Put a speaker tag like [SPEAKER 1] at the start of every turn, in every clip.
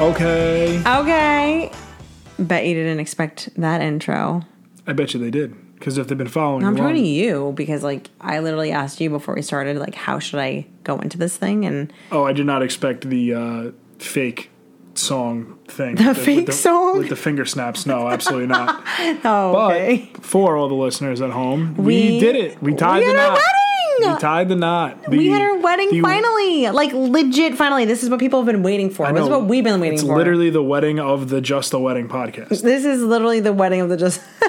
[SPEAKER 1] Okay.
[SPEAKER 2] Okay. Bet you didn't expect that intro.
[SPEAKER 1] I bet you they did. Because if they've been following
[SPEAKER 2] I'm
[SPEAKER 1] along,
[SPEAKER 2] turning to you because, like, I literally asked you before we started, like, how should I go into this thing? And
[SPEAKER 1] oh, I did not expect the uh, fake song thing.
[SPEAKER 2] The
[SPEAKER 1] with
[SPEAKER 2] fake
[SPEAKER 1] the,
[SPEAKER 2] song?
[SPEAKER 1] with the finger snaps. No, absolutely not.
[SPEAKER 2] oh, okay.
[SPEAKER 1] But for all the listeners at home, we,
[SPEAKER 2] We-
[SPEAKER 1] did it. We tied
[SPEAKER 2] we
[SPEAKER 1] the
[SPEAKER 2] had our
[SPEAKER 1] knot.
[SPEAKER 2] wedding!
[SPEAKER 1] We tied the knot.
[SPEAKER 2] we
[SPEAKER 1] The-
[SPEAKER 2] had our wedding
[SPEAKER 1] the-
[SPEAKER 2] finally, like, legit finally. This is what people have been waiting for. This is
[SPEAKER 1] No,
[SPEAKER 2] what we've been waiting
[SPEAKER 1] It's
[SPEAKER 2] for.
[SPEAKER 1] literally the wedding of the Just the Wedding podcast.
[SPEAKER 2] this is literally the wedding of the just.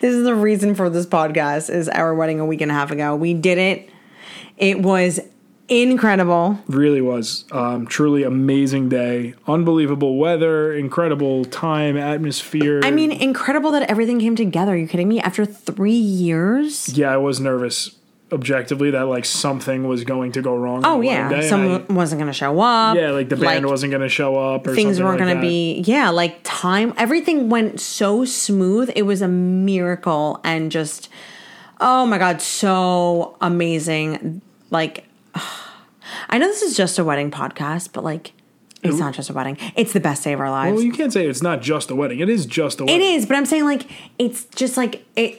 [SPEAKER 2] this is the reason for this podcast. Is our wedding a week and a half ago? We did it. It was incredible.
[SPEAKER 1] really was um, truly amazing day unbelievable weather incredible time atmosphere
[SPEAKER 2] I mean, incredible that everything came together. Are you kidding me? After three years?
[SPEAKER 1] yeah i was nervous objectively that like something was going to go wrong
[SPEAKER 2] Oh yeah, someone
[SPEAKER 1] Some
[SPEAKER 2] wasn't going to show up.
[SPEAKER 1] yeah like the band wasn't going to show up or
[SPEAKER 2] Things
[SPEAKER 1] something
[SPEAKER 2] weren't
[SPEAKER 1] like
[SPEAKER 2] going
[SPEAKER 1] that.
[SPEAKER 2] to be yeah, like time. Everything went so smooth. It was a miracle and just oh my god, so amazing. Like I know this is just a wedding podcast, but like it's not just a wedding. It's the best day of our lives.
[SPEAKER 1] well you can't say it's not just a wedding it is just a
[SPEAKER 2] It
[SPEAKER 1] wedding
[SPEAKER 2] is, but I'm saying like it's just like it.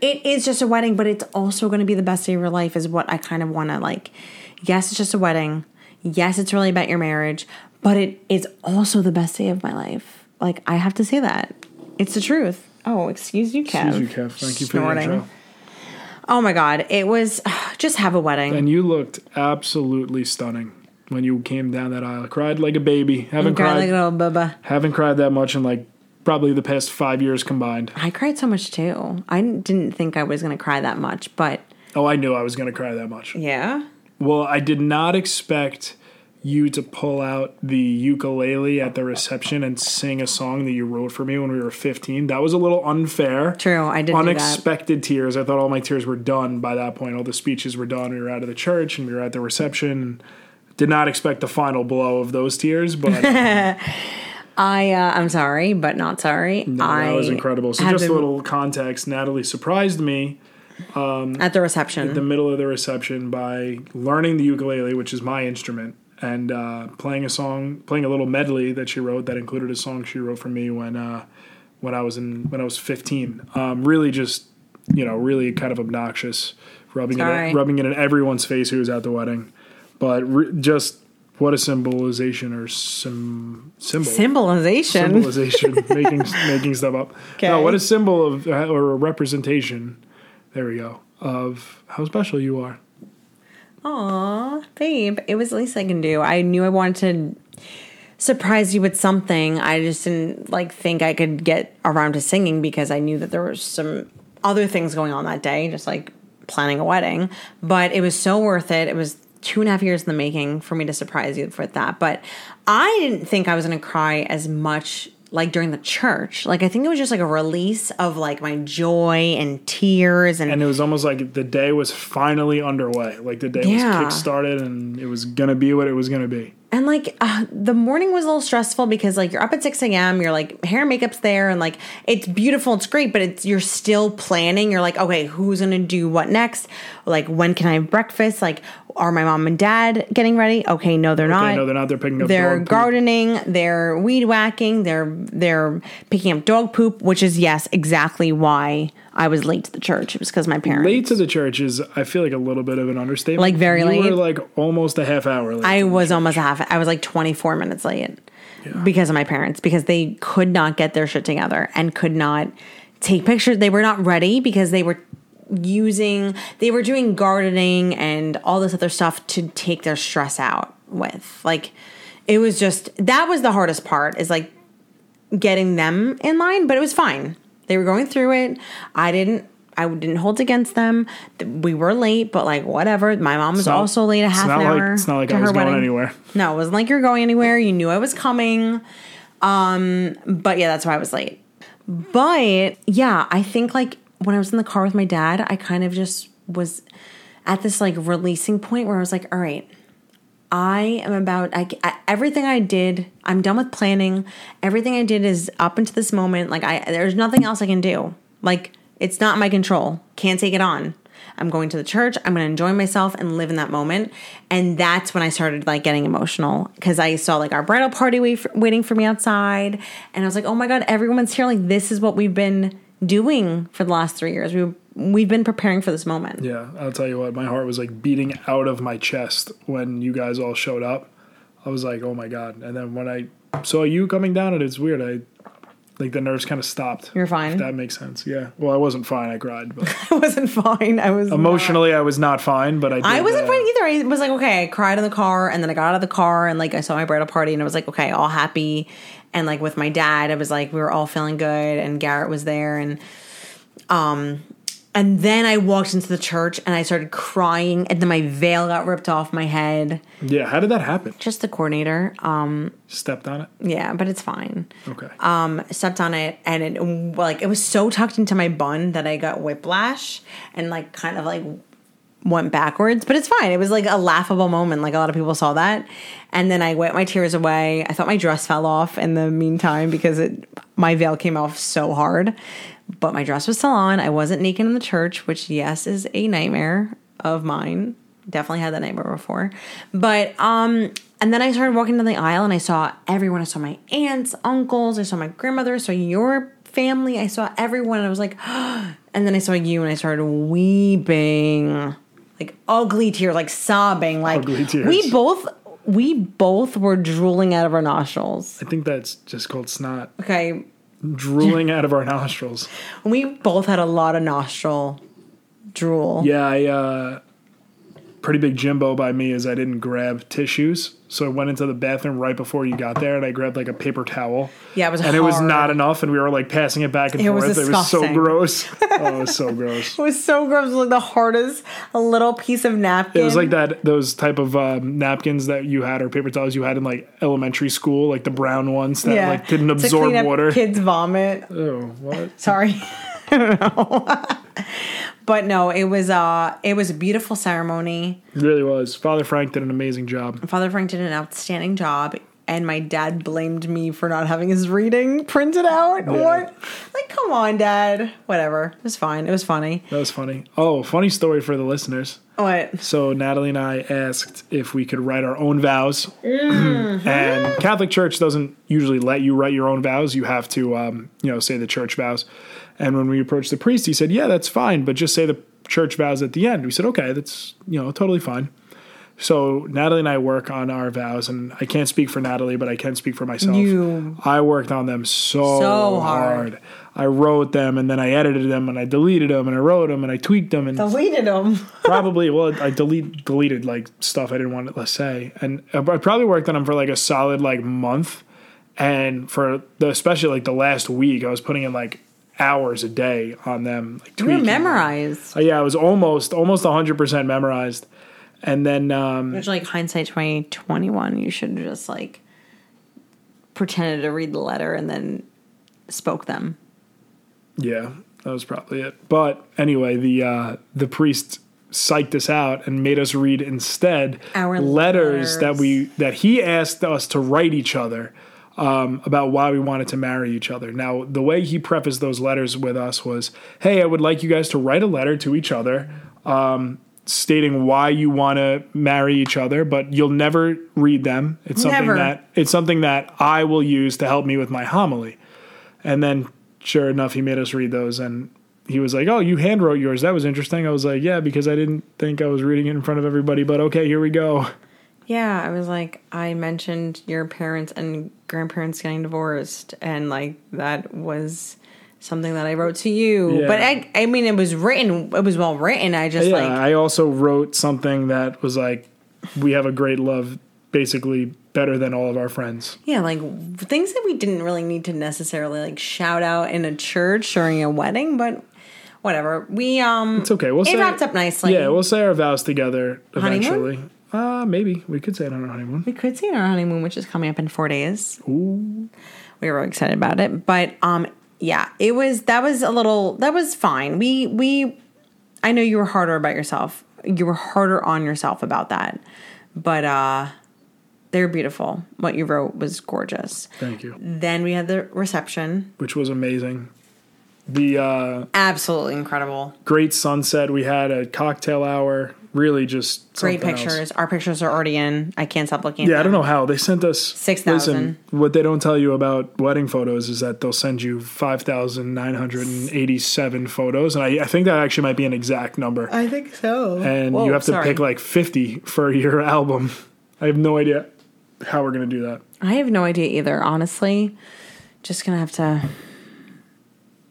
[SPEAKER 2] It is just a wedding, but it's also going to be the best day of your life. Is what I kind of want to like. Yes, it's just a wedding. Yes, it's really about your marriage, but it is also the best day of my life. Like I have to say that it's the truth. Oh, excuse you, Kev.
[SPEAKER 1] Excuse you, Kev. Thank you for the
[SPEAKER 2] Snorting.
[SPEAKER 1] intro.
[SPEAKER 2] Oh my God, it was just have a wedding.
[SPEAKER 1] And you looked absolutely stunning when you came down that aisle. Cried like a baby. Haven't
[SPEAKER 2] Cried
[SPEAKER 1] cried.
[SPEAKER 2] like a little bubba.
[SPEAKER 1] haven't cried that much in like probably the past five years combined.
[SPEAKER 2] I cried so much too. I didn't think I was going to cry that much, but
[SPEAKER 1] Oh, I knew I was going to cry that much.
[SPEAKER 2] yeah.
[SPEAKER 1] Well, I did not expect you to pull out the ukulele at the reception and sing a song that you wrote for me when we were 15. That was a little unfair.
[SPEAKER 2] True, I did do that.
[SPEAKER 1] Unexpected tears. I thought all my tears were done by that point. All the speeches were done. We were out of the church and we were at the reception. Did not expect the final blow of those tears, but that
[SPEAKER 2] I uh, I'm sorry, but not sorry. I
[SPEAKER 1] was incredible. So,
[SPEAKER 2] have
[SPEAKER 1] just a
[SPEAKER 2] been-
[SPEAKER 1] little context Natalie surprised me
[SPEAKER 2] at the reception.
[SPEAKER 1] the middle of the reception by learning the ukulele, which is my instrument, and uh, playing a song, playing a little medley that she wrote that included a song she wrote for me when uh, when I was in when I was 15. Um, really, just you know, really kind of obnoxious, rubbing it
[SPEAKER 2] Sorry.
[SPEAKER 1] in, rubbing it in everyone's face who was at the wedding, but re- just what a symbolization or sim- symbol.
[SPEAKER 2] Symbolization.
[SPEAKER 1] Symbolization, making making stuff up. No,
[SPEAKER 2] Okay.
[SPEAKER 1] what a symbol of uh, or a representation. There we go. Of how special you are.
[SPEAKER 2] Aw, babe, it was the least I can do. I knew I wanted to surprise you with something. I just didn't like think I could get around to singing because I knew that there were some other things going on that day, just like planning a wedding. But it was so worth it. It was two and a half years in the making for me to surprise you with that. But I didn't think I was gonna cry as much like during the church. Like I think it was just like a release of like my joy and tears and
[SPEAKER 1] And it was almost like the day was finally underway. Like the day
[SPEAKER 2] Yeah.
[SPEAKER 1] was kickstarted and it was gonna be what it was gonna be.
[SPEAKER 2] And like uh, the morning was a little stressful because like you're up at 6 a.m. You're like hair and makeup's there and like it's beautiful, it's great, but it's you're still planning. You're like, okay, who's gonna do what next? Like when can I have breakfast? Like are my mom and dad getting ready? Okay, no, they're
[SPEAKER 1] I
[SPEAKER 2] not.
[SPEAKER 1] know they're not. They're picking up.
[SPEAKER 2] they're
[SPEAKER 1] dog poop.
[SPEAKER 2] gardening, they're weed whacking, they're they're picking up dog poop, which is yes, exactly why I was late to the church. It was because my parents.
[SPEAKER 1] Late to the church is, I feel like, a little bit of an understatement.
[SPEAKER 2] Like, very
[SPEAKER 1] you
[SPEAKER 2] late?
[SPEAKER 1] were like almost a half hour late.
[SPEAKER 2] I was almost a half. I was like 24 minutes late because of my parents because they could not get their shit together and could not take pictures. They were not ready because they were using they were doing gardening and all this other stuff to take their stress out with. Like it was just that was the hardest part is like getting them in line, but it was fine. They were going through it. I didn't I didn't hold against them. Th- We were late, but like whatever. My mom was
[SPEAKER 1] not-
[SPEAKER 2] also late a
[SPEAKER 1] it's
[SPEAKER 2] half
[SPEAKER 1] not
[SPEAKER 2] an
[SPEAKER 1] like-
[SPEAKER 2] hour.
[SPEAKER 1] it's not like
[SPEAKER 2] to
[SPEAKER 1] I was
[SPEAKER 2] her
[SPEAKER 1] going
[SPEAKER 2] wedding.
[SPEAKER 1] anywhere.
[SPEAKER 2] No, it wasn't like you're going anywhere. You knew I was coming. Um, but yeah, that's why I was late. But yeah, I think like when I was in the car with my dad, I kind of just was at this like releasing point where I was like, all right, I am about I, I- everything I did. I'm done with planning. Everything I did is up into this moment. Like I, there's nothing else I can do. Like it's not in my control. Can't take it on. I'm going to the church. I'm going to enjoy myself and live in that moment. And that's when I started like getting emotional because I saw like our bridal party wait for, waiting for me outside, and I was like, oh my god, everyone's here. Like this is what we've been doing for the last three years. We we've been preparing for this moment.
[SPEAKER 1] Yeah, I'll tell you what, my heart was like beating out of my chest when you guys all showed up. I was like, oh my god! And then when I saw you coming down, it it's weird. I like the nerves kind of stopped.
[SPEAKER 2] You're fine.
[SPEAKER 1] If that makes sense. Yeah. Well, I wasn't fine. I cried, but
[SPEAKER 2] I wasn't fine. I was
[SPEAKER 1] emotionally, I was not fine. But I. Did,
[SPEAKER 2] I wasn't
[SPEAKER 1] uh,
[SPEAKER 2] fine either. I was like, okay, I cried in the car, and then I got out of the car, and like I saw my bridal party, and I was like, okay, all happy, and like with my dad, I was like, we were all feeling good, and Garrett was there, and um, and then I walked into the church, and I started crying, and then my veil got ripped off my head.
[SPEAKER 1] Yeah. How did that happen?
[SPEAKER 2] Just the coordinator, um,
[SPEAKER 1] Stepped on it.
[SPEAKER 2] yeah, but it's fine.
[SPEAKER 1] Okay.
[SPEAKER 2] Um, stepped on it, and it like it was so tucked into my bun that I got whiplash and like kind of like went backwards, but it's fine. It was like a laughable moment. Like a lot of people saw that. And then I wiped my tears away. I thought my dress fell off in the meantime because it my veil came off so hard. But my dress was still on. I wasn't naked in the church, which yes is a nightmare of mine. Definitely had that nightmare before. But um and then I started walking down the aisle and I saw everyone. I saw my aunts, uncles, I saw my grandmother, I saw your family, I saw everyone, and I was like, and then I saw you and I started weeping like ugly tears, like sobbing, like
[SPEAKER 1] Ugly tears.
[SPEAKER 2] we both we both were drooling out of our nostrils.
[SPEAKER 1] I think that's just called snot
[SPEAKER 2] Okay,
[SPEAKER 1] drooling out of our nostrils.
[SPEAKER 2] we both had a lot of nostril drool.
[SPEAKER 1] Yeah, I uh pretty big jimbo by me is I didn't grab tissues. So I went into the bathroom right before you got there and I grabbed like a paper towel.
[SPEAKER 2] Yeah, it was
[SPEAKER 1] And it was
[SPEAKER 2] hard.
[SPEAKER 1] not enough and we were like passing it back and
[SPEAKER 2] It was
[SPEAKER 1] forth. It was so
[SPEAKER 2] disgusting.
[SPEAKER 1] gross. oh, it was so gross.
[SPEAKER 2] It was so gross. It was like the hardest little piece of napkin.
[SPEAKER 1] It was like that those type of um, napkins that you had or paper towels you had in like elementary school, like the brown ones that like didn't
[SPEAKER 2] To
[SPEAKER 1] absorb
[SPEAKER 2] clean up
[SPEAKER 1] water.
[SPEAKER 2] Kids vomit.
[SPEAKER 1] oh, what?
[SPEAKER 2] Sorry. I don't know. but no, it was uh it was a beautiful ceremony.
[SPEAKER 1] It really was. Father Frank did an amazing job.
[SPEAKER 2] Father Frank did an outstanding job, and my dad blamed me for not having his reading printed out. What? Like, come on, dad. Whatever. It was fine. It was funny.
[SPEAKER 1] That was funny. Oh, funny story for the listeners.
[SPEAKER 2] What?
[SPEAKER 1] So Natalie and I asked if we could write our own vows, and Catholic Church doesn't usually let you write your own vows. You have to, um, you know, say the church vows. And when we approached the priest, he said, "Yeah, that's fine, but just say the church vows at the end." We said, "Okay, that's you know totally fine." So Natalie and I work on our vows, and I can't speak for Natalie, but I can speak for myself.
[SPEAKER 2] You-
[SPEAKER 1] I worked on them so,
[SPEAKER 2] So
[SPEAKER 1] hard.
[SPEAKER 2] hard.
[SPEAKER 1] I wrote them, and then I edited them, and I deleted them, and I wrote them, and I tweaked them, and
[SPEAKER 2] Deleted him.
[SPEAKER 1] probably well i delete deleted like stuff i didn't want to say and i probably worked on them for like a solid like month and for the especially like the last week i was putting in like hours a day on them like
[SPEAKER 2] You were
[SPEAKER 1] tweaking.
[SPEAKER 2] memorized.
[SPEAKER 1] Uh, yeah i was almost almost 100% memorized and then um
[SPEAKER 2] Which, like, hindsight 2021, you should have just, like, pretended to read the letter and then spoke them.
[SPEAKER 1] yeah that was probably it but anyway the uh the priest psyched us out and made us read instead
[SPEAKER 2] Our
[SPEAKER 1] letters that
[SPEAKER 2] letters.
[SPEAKER 1] we that he asked us to write each other um, about why we wanted to marry each other. Now, the way he prefaced those letters with us was, "Hey, I would like you guys to write a letter to each other, um, stating why you want to marry each other, but you'll never read them. It's something
[SPEAKER 2] Never.
[SPEAKER 1] that it's something that I will use to help me with my homily." And then, sure enough, he made us read those and. He was like, "Oh, you handwrote yours. That was interesting." I was like, "Yeah, because I didn't think I was reading it in front of everybody, but okay, here we go."
[SPEAKER 2] Yeah, I was like, I mentioned your parents and grandparents getting divorced, and like that was something that I wrote to you.
[SPEAKER 1] Yeah.
[SPEAKER 2] But I, I mean, it was written, it was well written. I just
[SPEAKER 1] Yeah,
[SPEAKER 2] like,
[SPEAKER 1] I also wrote something that was like, "We have a great love, basically better than all of our friends."
[SPEAKER 2] yeah, like things that we didn't really need to necessarily like shout out in a church during a wedding, but whatever. We, um,
[SPEAKER 1] It's okay. We'll
[SPEAKER 2] it
[SPEAKER 1] say
[SPEAKER 2] wrapped up nicely.
[SPEAKER 1] Yeah, we'll say our vows together
[SPEAKER 2] Honeymoon?
[SPEAKER 1] eventually. Uh, maybe we could say it on our honeymoon.
[SPEAKER 2] we could see it on our honeymoon, which is coming up in four days. Ooh. We were really excited about it. But um yeah, it was that was a little that was fine. We we I know you were harder about yourself. You were harder on yourself about that. But uh they're beautiful. What you wrote was gorgeous.
[SPEAKER 1] Thank you,
[SPEAKER 2] Then we had the reception.
[SPEAKER 1] which was amazing. the uh,
[SPEAKER 2] Absolutely incredible.
[SPEAKER 1] great sunset we had a cocktail hour. Really, just
[SPEAKER 2] Great
[SPEAKER 1] something else.
[SPEAKER 2] pictures. Our pictures are already in. I can't stop looking. at
[SPEAKER 1] Yeah, I
[SPEAKER 2] them.
[SPEAKER 1] don't know how they sent us
[SPEAKER 2] 6,000.
[SPEAKER 1] listen, What they don't tell you about wedding photos is that they'll send you five thousand nine hundred and eighty-seven photos, and I, I think that actually might be an exact number.
[SPEAKER 2] I think so.
[SPEAKER 1] And
[SPEAKER 2] Uh, Whoa,
[SPEAKER 1] you have to
[SPEAKER 2] sorry.
[SPEAKER 1] pick like fifty for your album. I have no idea how we're gonna do that.
[SPEAKER 2] I have no idea either. Honestly, just gonna have to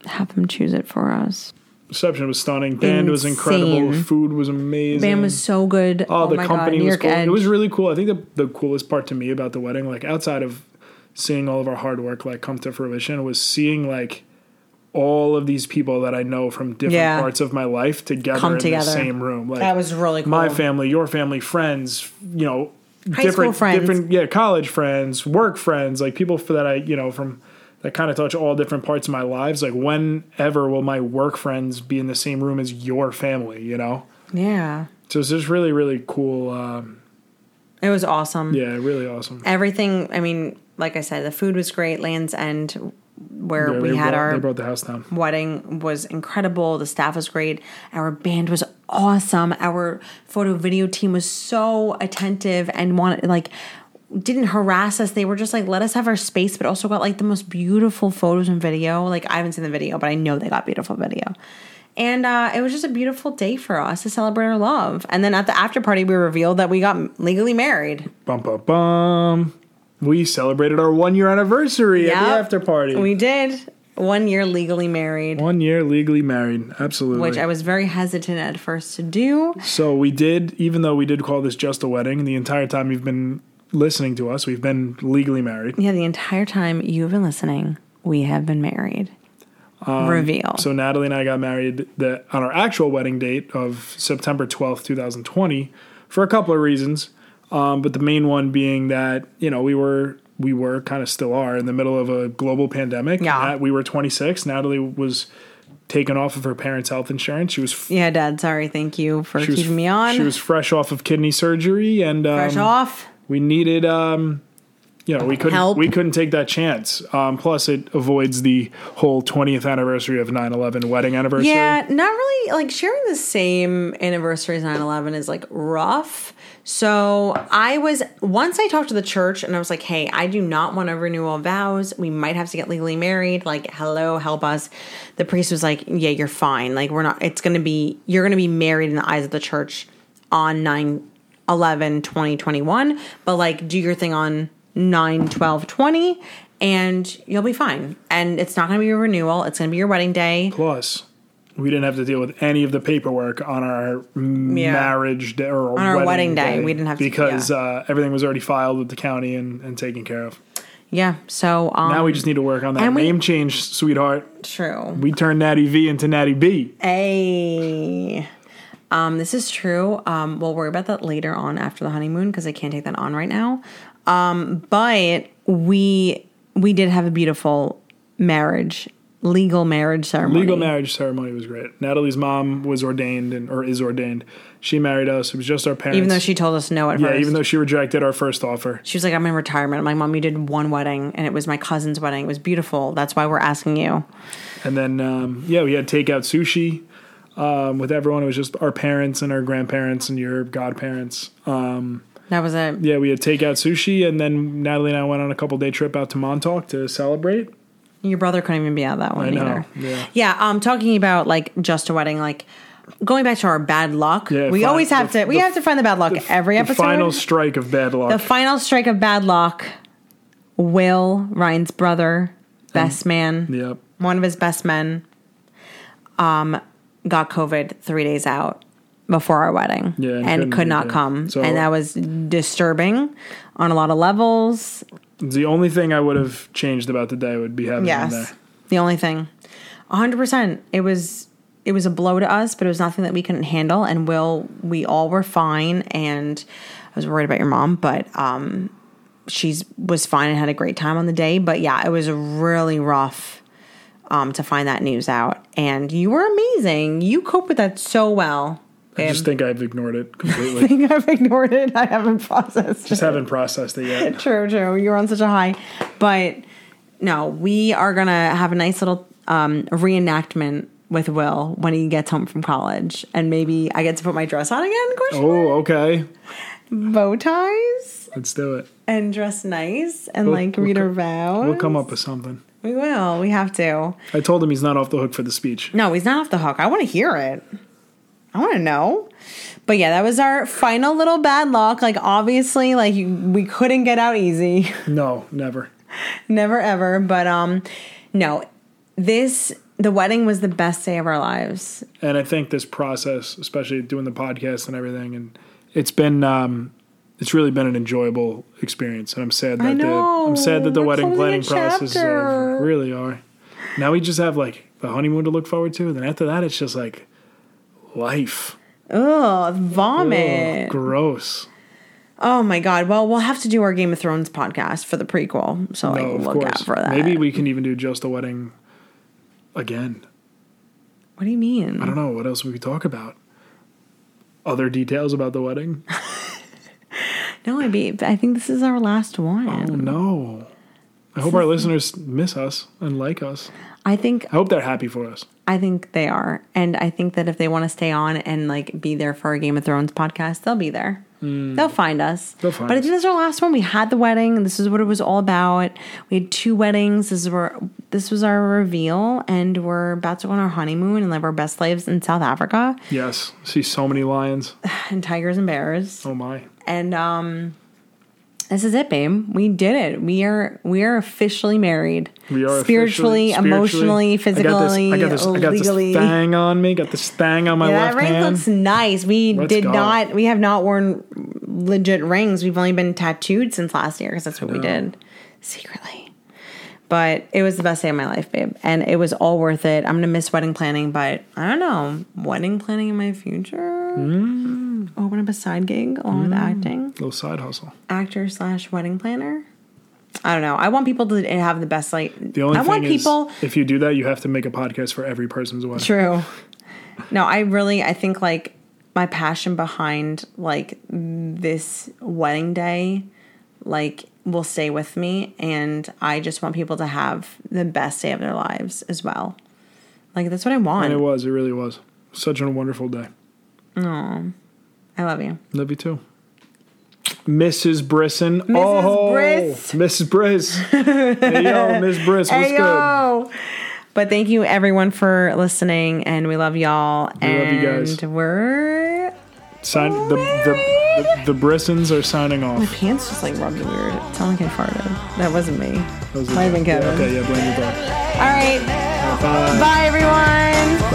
[SPEAKER 2] have them choose it for us.
[SPEAKER 1] Reception was stunning. Band was incredible.
[SPEAKER 2] Insane.
[SPEAKER 1] Food was amazing.
[SPEAKER 2] Band was so good.
[SPEAKER 1] Oh, the
[SPEAKER 2] my
[SPEAKER 1] company
[SPEAKER 2] God. New
[SPEAKER 1] was
[SPEAKER 2] York
[SPEAKER 1] cool.
[SPEAKER 2] Edge.
[SPEAKER 1] It was really cool. I think the the coolest part to me about the wedding, like outside of seeing all of our hard work like come to fruition, was seeing like all of these people that I know from different
[SPEAKER 2] Yeah.
[SPEAKER 1] parts of my life together
[SPEAKER 2] Come
[SPEAKER 1] in
[SPEAKER 2] together.
[SPEAKER 1] the same room. Like
[SPEAKER 2] that was really cool.
[SPEAKER 1] my family, your family, friends, you know,
[SPEAKER 2] High
[SPEAKER 1] different
[SPEAKER 2] school friends.
[SPEAKER 1] different yeah, college friends, work friends, like people for that I, you know, from that kind of touch all different parts of my lives. Like whenever will my work friends be in the same room as your family, you know?
[SPEAKER 2] Yeah,
[SPEAKER 1] So it's just really, really cool. Um,
[SPEAKER 2] it was awesome.
[SPEAKER 1] yeah, really awesome.
[SPEAKER 2] Everything. I mean, like I said, the food was great. Lands End, where
[SPEAKER 1] Yeah,
[SPEAKER 2] we
[SPEAKER 1] they
[SPEAKER 2] had
[SPEAKER 1] brought,
[SPEAKER 2] our
[SPEAKER 1] they brought the house down.
[SPEAKER 2] wedding was incredible. The staff was great. Our band was awesome. Our photo video team was so attentive and wanted like didn't harass us. They were just like let us have our space, but also got like the most beautiful photos and video. Like I haven't seen the video, but I know they got beautiful video. And uh, it was just a beautiful day for us to celebrate our love. And then at the after party, we revealed that we got legally married.
[SPEAKER 1] Bum bum bum. We celebrated our one year anniversary at the
[SPEAKER 2] Yep.
[SPEAKER 1] after party.
[SPEAKER 2] We did one year legally married,
[SPEAKER 1] one year legally married. Absolutely.
[SPEAKER 2] which I was very hesitant at first to do.
[SPEAKER 1] so we did, even though we did call this just a wedding, the entire time you've been listening to us, we've been legally married.
[SPEAKER 2] Yeah, the entire time you've been listening, we have been married. Reveal.
[SPEAKER 1] Um, So Natalie and I got married the, on our actual wedding date of September 12th, 2020 for a couple of reasons. Um, but the main one being that, you know, we were we were kind of still are in the middle of a global pandemic.
[SPEAKER 2] Yeah.
[SPEAKER 1] Nat- we were 26. Natalie was taken off of her parents' health insurance. She was f-
[SPEAKER 2] yeah, Dad. Sorry. Thank you for
[SPEAKER 1] she was,
[SPEAKER 2] keeping me on.
[SPEAKER 1] She was fresh off of kidney surgery and um,
[SPEAKER 2] Fresh off.
[SPEAKER 1] we needed um you know we couldn't
[SPEAKER 2] Help.
[SPEAKER 1] we couldn't take that chance um plus it avoids the whole 20th anniversary of 9-11 wedding anniversary
[SPEAKER 2] Yeah, not really. Like sharing the same anniversary as 9 11 is like rough. So I was, once I talked to the church and I was like, hey, I do not want to renew all vows. We might have to get legally married. Like, hello, help us. The priest was like, yeah, you're fine. Like, we're not, it's going to be, you're going to be married in the eyes of the church on 9 11 2021. But like, do your thing on 9 12 20 and you'll be fine. And it's not going to be your renewal. It's going to be your wedding day.
[SPEAKER 1] plus we didn't have to deal with any of the paperwork on our marriage day or on
[SPEAKER 2] our wedding day, we didn't have to-
[SPEAKER 1] because
[SPEAKER 2] yeah.
[SPEAKER 1] uh, everything was already filed with the county and, and taken care of
[SPEAKER 2] Yeah. So um,
[SPEAKER 1] now we just need to work on that
[SPEAKER 2] and we-
[SPEAKER 1] name change sweetheart
[SPEAKER 2] true.
[SPEAKER 1] we turned natty v into natty b
[SPEAKER 2] Hey. Um, this is true. Um, we'll worry about that later on after the honeymoon because I can't take that on right now. Um, but we we did have a beautiful marriage, legal marriage ceremony.
[SPEAKER 1] legal marriage ceremony was great natalie's mom was ordained and or is ordained she married us it was just our parents
[SPEAKER 2] Even though she told us no at
[SPEAKER 1] yeah,
[SPEAKER 2] first.
[SPEAKER 1] even though she rejected our first offer.
[SPEAKER 2] she was like, I'm in retirement. I'm like, Mom, you did one wedding and it was my cousin's wedding. It was beautiful. That's why we're asking you.
[SPEAKER 1] And then, um, yeah, we had takeout sushi um, with everyone. It was just our parents and our grandparents and your godparents.
[SPEAKER 2] That was it.
[SPEAKER 1] Yeah, we had takeout sushi, and then Natalie and I went on a couple day trip out to Montauk to celebrate.
[SPEAKER 2] Your brother couldn't even be at that one
[SPEAKER 1] I know,
[SPEAKER 2] either.
[SPEAKER 1] yeah.
[SPEAKER 2] Yeah. Um, talking about like just a wedding, like going back to our bad luck.
[SPEAKER 1] Yeah,
[SPEAKER 2] we
[SPEAKER 1] fi-
[SPEAKER 2] always have
[SPEAKER 1] the-
[SPEAKER 2] to. We
[SPEAKER 1] the-
[SPEAKER 2] have to find the bad luck every
[SPEAKER 1] the
[SPEAKER 2] episode.
[SPEAKER 1] final strike of bad luck.
[SPEAKER 2] the final strike of bad luck. Will Ryan's brother, best man,
[SPEAKER 1] yep.
[SPEAKER 2] one of his best men, um, got COVID three days out before our wedding
[SPEAKER 1] Yeah,
[SPEAKER 2] and,
[SPEAKER 1] and couldn't
[SPEAKER 2] could
[SPEAKER 1] make
[SPEAKER 2] not
[SPEAKER 1] it.
[SPEAKER 2] come,
[SPEAKER 1] So-
[SPEAKER 2] and that was disturbing on a lot of levels.
[SPEAKER 1] The only thing I would have changed about the day would be having him
[SPEAKER 2] Yes.
[SPEAKER 1] there.
[SPEAKER 2] The only thing. 100%. It was it was a blow to us, but it was nothing that we couldn't handle and will we all were fine and I was worried about your mom, but um she's was fine and had a great time on the day, but yeah, it was really rough um to find that news out. And you were amazing. You coped with that so well.
[SPEAKER 1] I
[SPEAKER 2] babe.
[SPEAKER 1] just think I've ignored it completely.
[SPEAKER 2] I've ignored it. I haven't processed it
[SPEAKER 1] just haven't processed it yet.
[SPEAKER 2] true, true. You were on such a high. But no, we are going to have a nice little um, reenactment with Will when he gets home from college, and maybe I get to put my dress on again. Question mark?
[SPEAKER 1] Oh, okay. Oh.
[SPEAKER 2] Bow ties
[SPEAKER 1] Let's do it.
[SPEAKER 2] and dress nice and
[SPEAKER 1] We'll-
[SPEAKER 2] like
[SPEAKER 1] we'll
[SPEAKER 2] read
[SPEAKER 1] co-
[SPEAKER 2] our vows.
[SPEAKER 1] We'll come up with something.
[SPEAKER 2] We will. We have to.
[SPEAKER 1] I told him he's not off the hook for the speech.
[SPEAKER 2] No, he's not off the hook. I want to hear it. I want to know. But yeah, that was our final little bad luck. Like obviously, like you, we couldn't get out easy.
[SPEAKER 1] No, never.
[SPEAKER 2] Never ever. But um no. This the wedding was the best day of our lives.
[SPEAKER 1] And I think this process, especially doing the podcast and everything, and it's been, um, it's really been an enjoyable experience. And I'm sad that
[SPEAKER 2] know.
[SPEAKER 1] the I'm sad that the
[SPEAKER 2] We're
[SPEAKER 1] wedding
[SPEAKER 2] closing a
[SPEAKER 1] planning process is over.
[SPEAKER 2] chapter.
[SPEAKER 1] We Really are. Now we just have like the honeymoon to look forward to, and then after that, it's just like life.
[SPEAKER 2] Ugh,
[SPEAKER 1] Ugh,
[SPEAKER 2] vomit.
[SPEAKER 1] gross.
[SPEAKER 2] Oh my god. Well, we'll have to do our Game of Thrones podcast for the prequel. So like
[SPEAKER 1] Oh, of
[SPEAKER 2] look out
[SPEAKER 1] course.
[SPEAKER 2] for that.
[SPEAKER 1] Maybe we can even do just a wedding again.
[SPEAKER 2] What do you mean?
[SPEAKER 1] I don't know what else we could talk about. Other details about the wedding?
[SPEAKER 2] No, I be I think this is our last one.
[SPEAKER 1] Oh no. I hope our listeners miss us and like us.
[SPEAKER 2] I think
[SPEAKER 1] I hope they're happy for us.
[SPEAKER 2] I think they are. And I think that if they want to stay on and like be there for our Game of Thrones podcast, they'll be there. They'll find us.
[SPEAKER 1] Hmm. They'll find
[SPEAKER 2] but I
[SPEAKER 1] us.
[SPEAKER 2] think this is our last one. We had the wedding. This is what it was all about. We had two weddings. This is where this was our reveal, and we're about to go on our honeymoon and live our best lives in South Africa
[SPEAKER 1] Yes. See so many lions.
[SPEAKER 2] and tigers and bears.
[SPEAKER 1] Oh my.
[SPEAKER 2] And um this is it, babe. We did it. We are we are officially married.
[SPEAKER 1] We are
[SPEAKER 2] spiritually,
[SPEAKER 1] officially-
[SPEAKER 2] emotionally,
[SPEAKER 1] spiritually-
[SPEAKER 2] physically,
[SPEAKER 1] I got this, I got this, I got
[SPEAKER 2] legally.
[SPEAKER 1] this thang on me. Got this thang on my
[SPEAKER 2] Yeah, that
[SPEAKER 1] left
[SPEAKER 2] ring
[SPEAKER 1] hand.
[SPEAKER 2] looks nice. We
[SPEAKER 1] Let's
[SPEAKER 2] did
[SPEAKER 1] go.
[SPEAKER 2] not. We have not worn legit rings. We've only been tattooed since last year because that's what we did secretly. But it was the best day of my life, babe, and it was all worth it. I'm gonna miss wedding planning, but I don't know wedding planning in my future.
[SPEAKER 1] Mm.
[SPEAKER 2] Open up a side gig along with acting,
[SPEAKER 1] Little side hustle.
[SPEAKER 2] actor slash wedding planner. I don't know. I want people to have the best like.
[SPEAKER 1] The only
[SPEAKER 2] I
[SPEAKER 1] thing
[SPEAKER 2] want
[SPEAKER 1] is,
[SPEAKER 2] people
[SPEAKER 1] if you do that, you have to make a podcast for every person's wedding.
[SPEAKER 2] True. No, I really I think like my passion behind like this wedding day like will stay with me and I just want people to have the best day of their lives as well. Like that's what I
[SPEAKER 1] And
[SPEAKER 2] want.
[SPEAKER 1] it was. It really was. Such a wonderful day.
[SPEAKER 2] I love you.
[SPEAKER 1] Love you too. Mrs. Brisson. Mrs.
[SPEAKER 2] Briss.
[SPEAKER 1] Mrs. Briss. hey, yo, Miss Briss. What's good?
[SPEAKER 2] Ayo. But thank you everyone for listening and we love y'all
[SPEAKER 1] We love
[SPEAKER 2] and
[SPEAKER 1] you guys.
[SPEAKER 2] we're
[SPEAKER 1] Sign, the, the, the, the Brissons are signing off.
[SPEAKER 2] my pants just like rubbed weird. It sounded like I farted. That wasn't me.
[SPEAKER 1] That was the-
[SPEAKER 2] Might have been Kevin.
[SPEAKER 1] Yeah, okay, yeah, blame your dog.
[SPEAKER 2] All right.
[SPEAKER 1] Bye.
[SPEAKER 2] Bye everyone.